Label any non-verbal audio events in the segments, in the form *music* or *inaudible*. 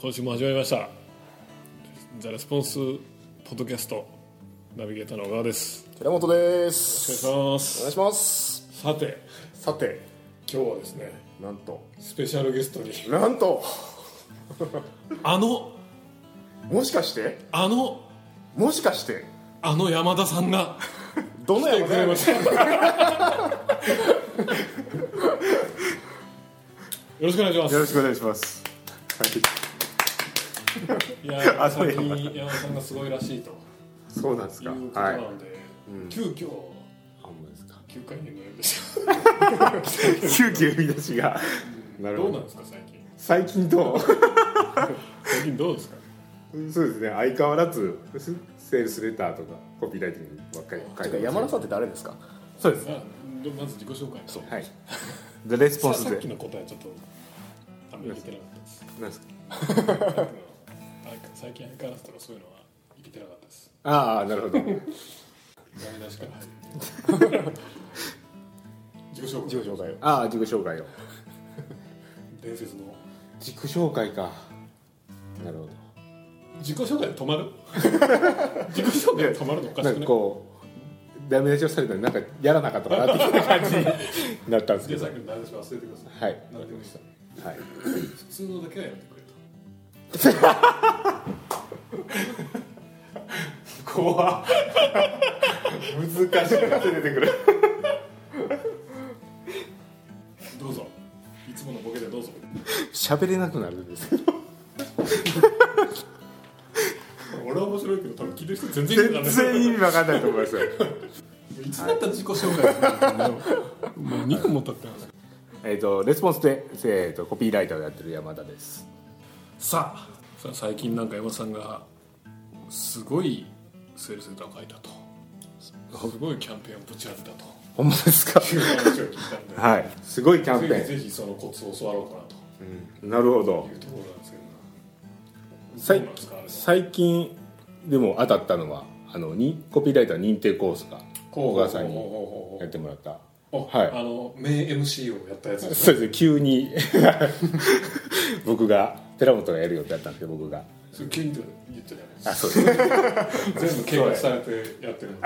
今週も始まりました「ザ・レスポンス・ポッドキャスト」ナビゲーターの小川です寺本でお願いすしまお願いすしますさてさて今日はですねなんとスペシャルゲストになんと *laughs* あのもしかしてあのもしかしてあの山田さんがどの来てく山れ田ましたよろしくお願いしまよすろしくお願いしますはいいやあそう最や近山田さんがすごいらしいとそうなんですいかうことはないので、急遽本ですか9回になりました *laughs* 急遽呼び出しがなるどほうなんどですか最近最近ど最近どうですかうそうですね相変わらずセールスレターとかコピーライティングばっかり書いて山田さんんって誰ですかそうですあどまず自己紹介そうはいでレスポンスさっきでの答えちょっとあんまりいけてなかったですなんですか最近相変わらずとかそういうのはいけてなかったですああなるほどダメ出しから入る自己紹自介己紹介を *laughs* ああ自己紹介を伝説の自己紹介かなるほど自己紹介で止ま *laughs* る自己紹介で止まるのおかなしくなんかいこうダメ出しをされたらなんかやらなかったかなっていう感じになったんですじけゃあさっ *laughs* どはきのダメ出し忘れてくださいないるほどはい普通のだけはやめてくれと怖難しくなって出てくるどうぞいつものボケでどうぞ喋れなくなるんです俺は面白いけど多分聞いてる人全然いないから全然意味わかんないと思いますよいつだったら自己紹介するんだよもう2個も経ってます *laughs* えっとレスポンスで、えー、とコピーライターをやってる山田ですさあさあ最近なんか山田さんがすごいセールスレターを書いたとすごいキャンペーンをぶち当てたとほんまですかいう話を聞いたんではいすごいキャンペぜひーぜひそのコツを教わろうかなとンなるほどいうところなんですけど最どうなんですかあれは最近でも当たったのはあのにコピーライター認定コースが小川さんにおやってもらったおはいあの名 MC をやったやつですそうですね急に *laughs* 僕が寺本がやるよってやったんですけど僕がそれ急に言ったじゃないですかあそうです *laughs* 全部計画されてやってるんで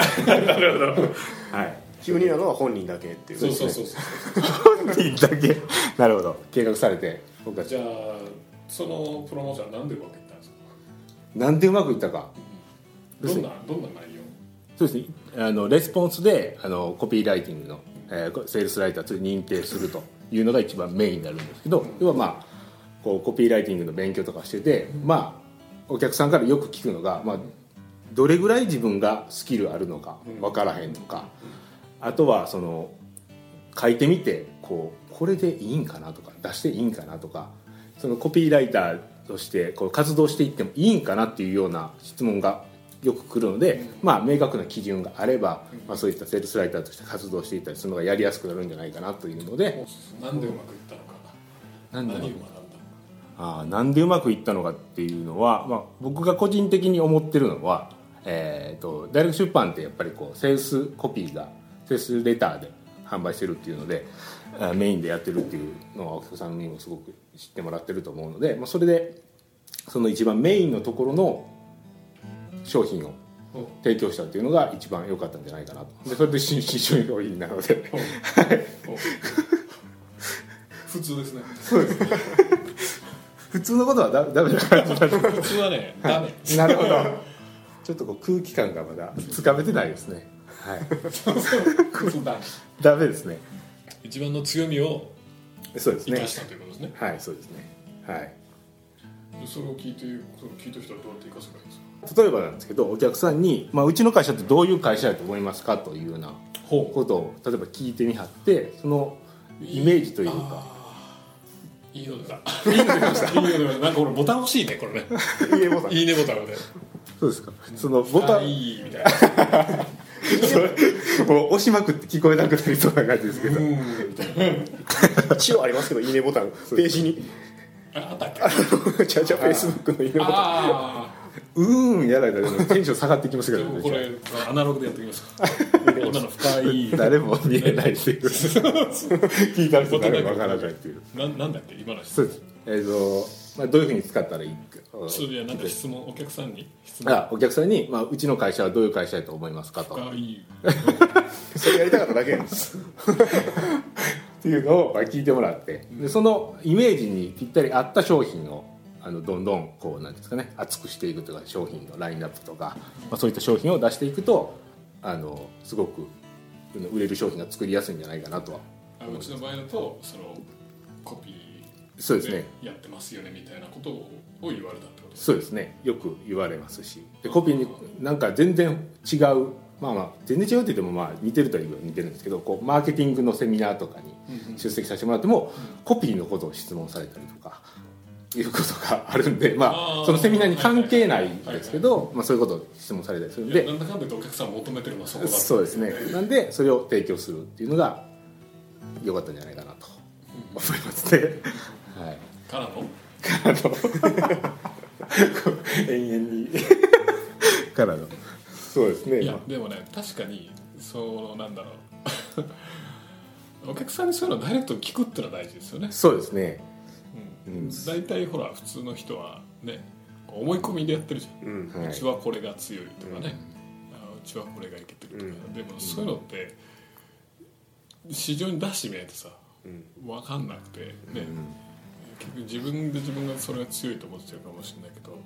はい急になのは本人だけっていうそうそうそうそう本人だけ *laughs* なるほど計画されて僕がじゃあそのプロモーションはなんでうまくいったんですかなんでうまくいったかどんなどんな内容そうですねあのレスポンスであのコピーライティングの、えーセールスライターとして認定するというのが一番メインになるんですけど、要はまあこうコピーライティングの勉強とかしてて、まあお客さんからよく聞くのが、まあ、どれぐらい自分がスキルあるのか分からへんとか、あとはその書いてみてこうこれでいいんかなとか出していいんかなとかそのコピーライターとしてこう活動していってもいいんかなっていうような質問がよく来るので、まあ、明確な基準があれば、まあ、そういったセールスライターとして活動していったりするのがやりやすくなるんじゃないかなというのでなんでうまくいったのかなん何だをろ学うんだあーなんでうまくいったのかっていうのは、まあ、僕が個人的に思ってるのは、えー、と大学出版ってやっぱりこうセールスコピーがセールスレターで販売してるっていうのであーメインでやってるっていうのはお客さんにもすごく知ってもらってると思うので、まあ、それでその一番メインのところの商品をうん提供したっていうのが一番良かったんじゃないかなとでそれで新新商品なのでお普通ですね普通のことはだダメだから *laughs* 普通はねダメなるほど。 *laughs* ちょっとこう空気感がまだつかめてないですね。はい。普通だダメですね。一番の強みをそうです生ねか。したということですねはい、そうですね。はい。それを聞いてそれを聞いた人はどうやって生かせばいいですか例えばなんですけど、お客さんに、まあ、うちの会社ってどういう会社だと思いますかというようなほことを、例えば聞いてみはって、そのイメージというか。いいのでだいいのでま *laughs* したいいのでましたなんか俺ボタン欲しいねこれねいいねボタンいいねボタンをねそうですか。 *laughs* そのボタあン、いいみたいなもう押しまくって聞こえなくなりそうな感じですけど。うんみたい一応ありますけどいいねボタンページになああったっけあのちゃうちゃフェイスブックのいいねボタンああうーん、やられたら、でもテンション下がってきますけでども *laughs* ね。これアナログでやってきます *laughs* か今の深い誰も見えないっていう *laughs* 聞いた人誰もわからないっていうななんだっけ今の質そうですえっ、とまあ、どういうふうに使ったらいいかそれはなんか質問お客さんに質問あお客さんに、まあ、うちの会社はどういう会社だと思いますかとがいいそれやりたかっただけなんですっていうのをまあ聞いてもらってでそのイメージにぴったり合った商品をあのどんどんこうなんていうんですかね厚くしていくとか商品のラインナップとか、まあ、そういった商品を出していくとあのすごく売れる商品が作りやすいんじゃないかなとはあうちの場合だとそのコピそうですーねでやってますよねみたいなことをを言われたってことですそうですねよく言われますしでコピーになんか全然違うまあまあ全然違うって言ってもまあ似てるというは似てるんですけどこうマーケティングのセミナーとかに出席させてもらってもコピーのことを質問されたりとかいうことがあるんでまああーそのセミナーに関係ないんですけどまあそういうことを質問されたりするんいやでなんだかんだとお客さん求めてるのはそこだってそうですねなんでそれを提供するっていうのが良かったんじゃないかなと思いますね。はいからの延々に *laughs* からのそうですねいやでもね確かにそのなんだろう *laughs* お客さんにそういうのをダイレクトに聞くってのは大事ですよね、そうですねううんん、大体ほら普通の人はね思い込みでやってるじゃん、うんはういちはこれが強いとかね、あうちはこれがいけてるとか、でもそういうのって市場に出してみないとさ分かんなくてね、結局自分で自分がそれが強いと思ってるかもしれないけど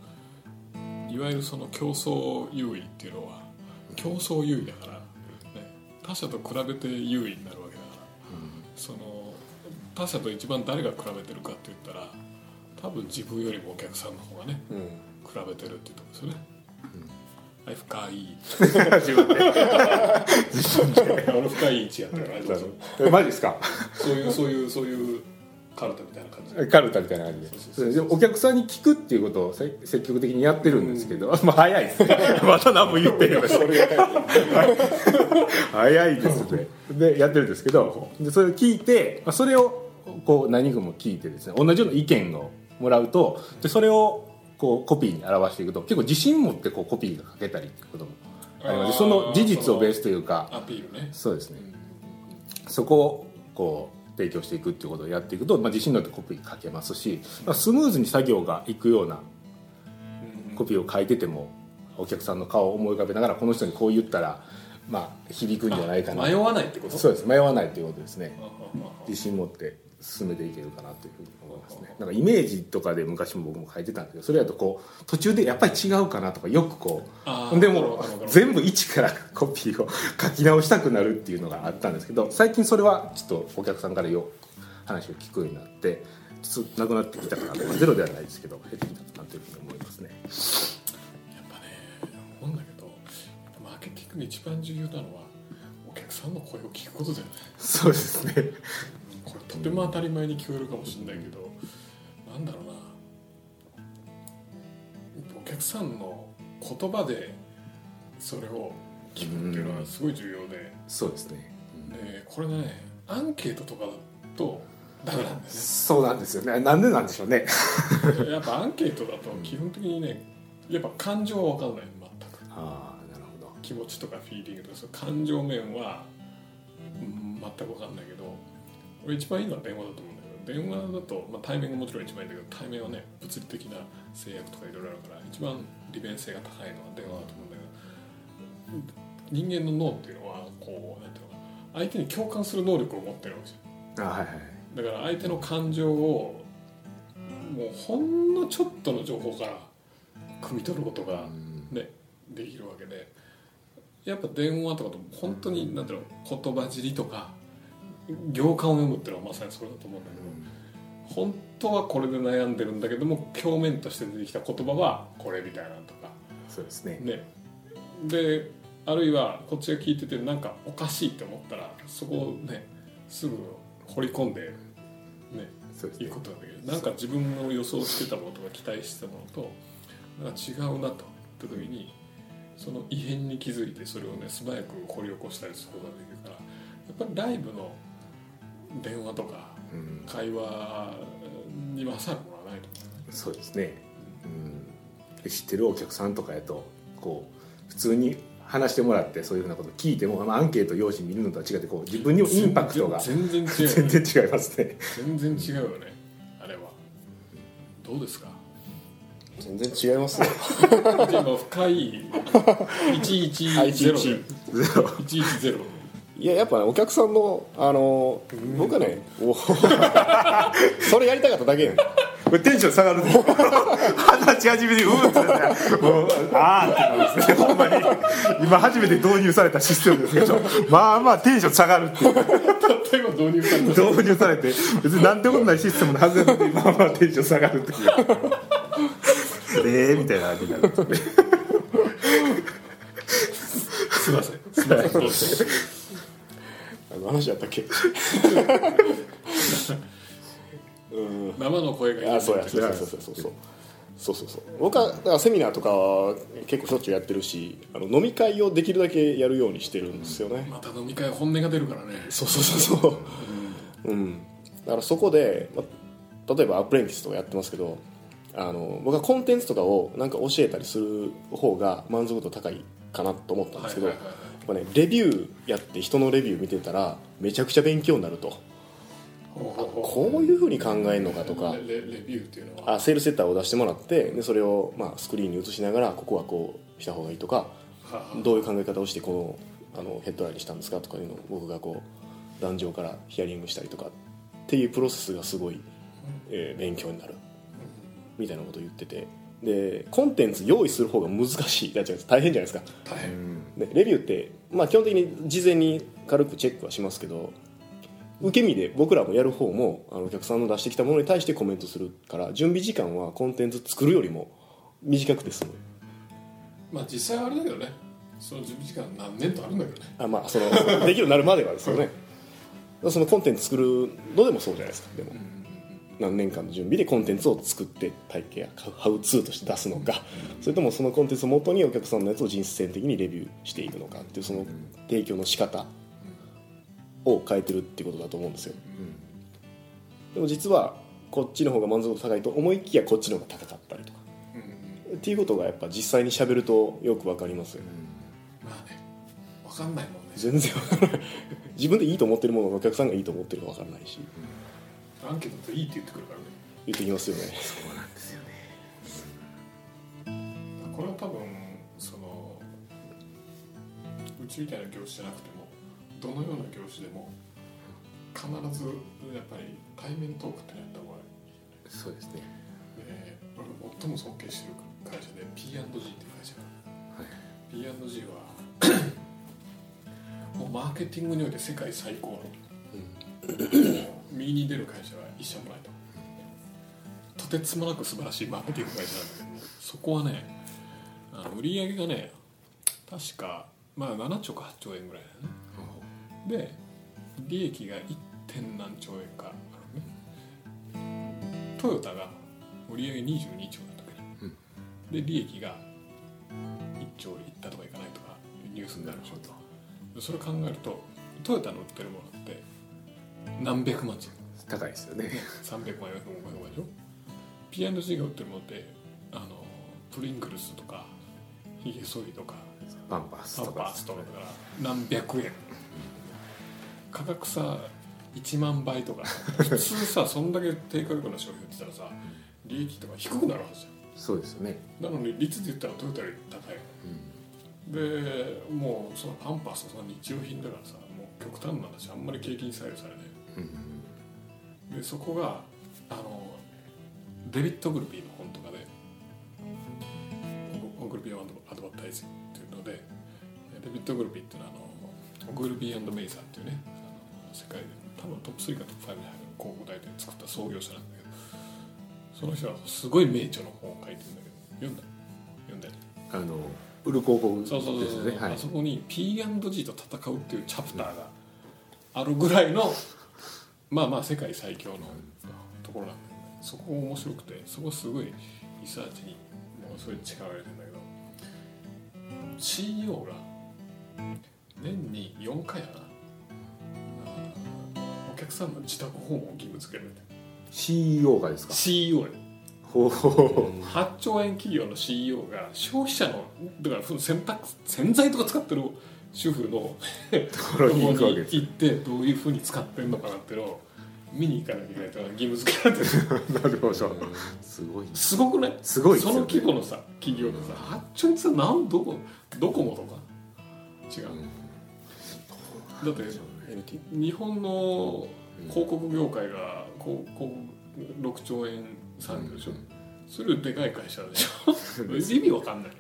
いわゆるその競争優位っていうのは競争優位だから、ね、他者と比べて優位になるわけだから、その他者と一番誰が比べてるかって言ったら多分自分よりもお客さんの方がね比べてるっていうとこですよね。はい、深い。俺深い位置やったから、あれだぞえマジですか *laughs* そういう、そういう、そういう。カルタみたいな感じ。カルタみたいな感じでそれでお客さんに聞くっていうことをせ積極的にやってるんですけど、まあ早いですね *laughs* また何も言って *laughs* るよ早いですねでやってるんですけどでそれを聞いてまあそれをこう何組も聞いてですね同じような意見をもらうとでそれをこうコピーに表していくと結構自信持ってこうコピーがかけたりっていうこともありますあーその事実をベースというかアピールね。そうですね、そこをこう提供していくっていうことをやっていくと、まあ、自信に乗ってコピー書けますし、まあ、スムーズに作業がいくようなコピーを書いててもお客さんの顔を思い浮かべながらこの人にこう言ったら、まあ、響くんじゃないかな迷わないってこと。そうです迷わないということですねあああ自信持って進めていけるかなというふうに思いますねなんかイメージとかで昔も僕も書いてたんですけどそれだとこう途中でやっぱり違うかなとかよくこあうーでわもかるわかる全部一からコピーを書き直したくなるっていうのがあったんですけど最近それはちょっとお客さんからよ話を聞くようになってちょっとなくなってきたかなとまあゼロではないですけど減ってきたかなというふうに思いますねあやっぱね、思うんだけど。やっぱマーケティングで一番重要なのは。お客さんの声を聞くことだよね。そうですねこれとても当たり前に聞こえるかもしれないけど、なんだろうなお客さんの言葉でそれを聞くっていうのはすごい重要で,、そうですねでこれねアンケートとかだとダメ *laughs* なんですそうなんですよねなんでなんでしょうねねやっぱアンケートだと基本的にねやっぱ感情は分かんない全くああなるほど気持ちとかフィーリングとかそういう感情面は、うん、全く分かんないけど俺一番いいのは電話だと思うんだけど電話だと、まあ、対面がもちろん一番いいんだけど対面はね物理的な制約とかいろいろあるから一番利便性が高いのは電話だと思うんだけど人間の脳っていうのはこうなんていうのかな相手に共感する能力を持ってるわけじゃんあはいはいだから相手の感情をもうほんのちょっとの情報から汲み取ることが、ねできるわけでやっぱ電話とかと本当に何だろうの言葉尻とか行間を読むっていうのはまさにそれだと思うんだけど、本当はこれで悩んでるんだけども表面として出てきた言葉はこれみたいなのとかそうですねねであるいはこっちが聞いててなんかおかしいって思ったらそこをねすぐ掘り込んでねそうですいいねことなんだけどなんか自分の予想してたものとか期待してたものとなんか違うなとって時にその異変に気づいてそれをね素早く掘り起こしたりすることができるからやっぱりライブの電話とかうん会話に勝るものはないと思そうですね、うん、知ってるお客さんとかやとこう普通に話してもらってそういうふうなこと聞いても、まあ、アンケート用紙見るのとは違ってこう自分にもうインパクトが *laughs* 全然違うよね全然違いますね全然違うよねあれはどどうですか全然違いますよ今深い110110 110いややっぱねお客さんのあの僕はねお *laughs* それやりたかっただけやんこれテンション下がるね話し始めてうーってなってもうあーってなるんですねほんまに今初めて導入されたシステムですけどまあまあテンション下がるっていう例えば導入された導入されて別になんてことないシステムのはずなのにまあまあテンション下がるって *laughs* いうええみたいな感じになるすいませんすいませんどうしてあの話やったっけうん生の声がいいあそうやそうそうそうそうそうそうそうそう僕はだからセミナーとかは結構しょっちゅうやってるしあの飲み会をできるだけやるようにしてるんですよね、また飲み会は本音が出るからねそうそうそうそううんだからそこで、まあ、例えばアプレンティスとかやってますけどあの僕はコンテンツとかをなんか教えたりする方が満足度高いかなと思ったんですけど、はいはいはいやっぱねレビューやって人のレビュー見てたらめちゃくちゃ勉強になるとほうほあうほうこういうふうに考えるのかとかレレレビューっていうのはあセールセッターを出してもらってでそれをまあスクリーンに映しながらここはこうした方がいいとかはあどういう考え方をしてこのあのヘッドラインにしたんですかとかいうのを僕がこう壇上からヒアリングしたりとかっていうプロセスがすごい、えー勉強になるみたいなことを言っててでコンテンツ用意する方が難しいだって大変じゃないですか大変でレビューって、まあ、基本的に事前に軽くチェックはしますけど受け身で僕らもやる方もあのお客さんの出してきたものに対してコメントするから準備時間はコンテンツ作るよりも短くて済むまあ実際はあれだけどねその準備時間何年とあるんだけどねあまあそのできるようになるまではですよねそのコンテンツ作るのでもそうじゃないですかでも何年間の準備でコンテンツを作って体系やハウツーとして出すのかそれともそのコンテンツをもとにお客さんのやつを人生的にレビューしていくのかっていうその提供の仕方を変えてるってことだと思うんですよでも実はこっちの方が満足度高いと思いきやこっちの方が高かったりとかっていうことがやっぱ実際に喋るとよくわかりますよねまあね分かんないもんね全然わからない自分でいいと思ってるものをお客さんがいいと思ってるかわからないしアンケートっていいって言ってくるからね言ってきますよねこれは多分そのうちみたいな業種じゃなくてもどのような業種でも必ずやっぱり対面トークってやった方がいいそうですねえー俺が最も尊敬してる会社で P&G っていう会社がある、P&G はもうマーケティングにおいて世界最高の、右に出る会社は一社もないととてつもなく素晴らしいマーケティング会社なんだけどそこはねあの売り上げがね確か、まあ、7兆か8兆円ぐらいだよねで利益が 1. 点何兆円かあるねトヨタが売上22兆だったわけじゃんで利益が1兆いったとかいかないとかニュースになるでしょとそれ考えるとトヨタの売ってるものって何百万じゃん高いですよ *laughs* ね300万400万500万でしょ P&G が売ってるものってあのプリングルスとかヒゲソリとかパンパースパとンパかースとかだから何百円価格さ1万倍とか普通 *laughs* さそんだけ低価格な商品売ってたらさ利益とか低くなるはずじそうですよねゃんなのに率で言ったらトヨタより高い、でもうそのパンパースとか日用品だからさもう極端な話あんまり景気に左右されない、でそこがあのデビッド・グルビーの本とかで「オグルビーアドバタイズ」っていうのでデビッド・グルビーっていうのはあのオグルビーメイザーっていうねあの世界で多分トップ3かトップ5に入る広告代理店を作った創業者なんだけどその人はすごい名著の本を書いてるんだけど読んだ読んだよあの売る広告ですそねうそうそうそう、はあいそこに P&G と戦うっていうチャプターがあるぐらいのまあまあ世界最強のところなんだよねそこ面白くてそこすごいリサーチにもうそれ力を入れてんだけど CEO が年に4回やなあーお客さんの自宅訪問を義務付けられてる CEO がですか CEO やほうほうほ8兆円企業の CEO が消費者のだからその洗濯洗剤とか使ってる主婦のところに行くわけです行ってどういうふうに使ってるのかなっていうのを見に行かなきゃいけないと義務付けられてるなるほどすごいすごくねすごいですそよねの規模のさ企業のさ八丁にさなんどこドコモとか違う、だって日本の広告業界がこうこう6兆円産業でしょ、それよりでかい会社でしょ意味わかんない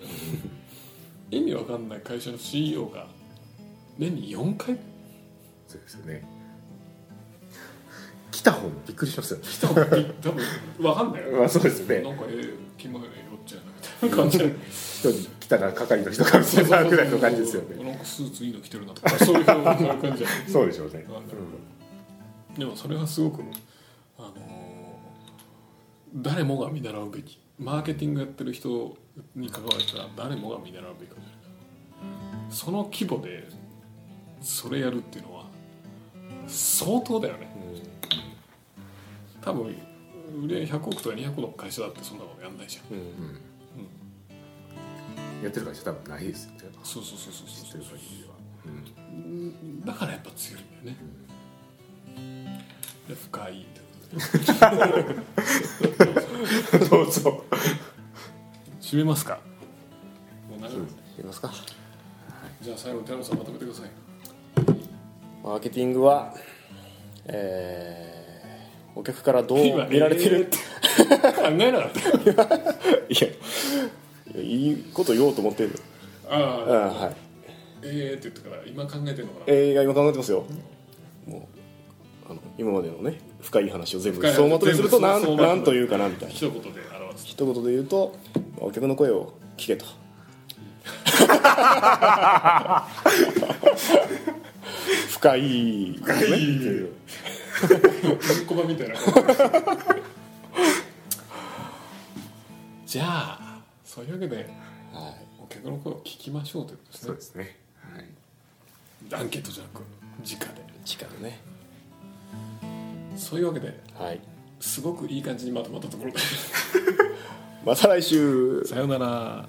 意味わかんない会社の CEO が年に4回そうですよね来た方もびっくりしますよね来たのって多分わかんないよまあそうですよなんねかええ気前ええよっちゃうなみたい *laughs* な感じで人に来たら係の人から見てたぐらいの感じですよねなんかスーツいいの着てるなとかそういう感じなんじゃないそうでしょうねなんだろうでもそれはすごくあのー誰もが見習うべきマーケティングやってる人に関わったら誰もが見習うべきことだよその規模でそれやるっていうのは相当だよね、多分売り上げ100億とか200億の会社だってそんなことやんないじゃん、やってる会社多分ないですよねそうそうそうそうそう知ってる限りはだからやっぱ強いんだよね、で深いってことでどうぞ締めますかもう長いいますかじゃあ最後に寺野さんまとめてくださいマーケティングは、えーお客からどう今見られてる、えー考えなかったいやいいこと言おうと思ってるあああ、あはいええって言ったから今考えてるのかな映画今考えてますよもうあの今までのね深い話を全部深い話総まとめすると全部な総まんとめなんというかなみたいな一言で表す一言で言うとお客の声を聞けと *laughs* 深い文庫版みたいなじゃあそういうわけでお客の声を聞きましょうということですそうねですねはいアンケートじゃなく直で力ねそういうわけではいすごくいい感じにまとまったところでまた来週さようなら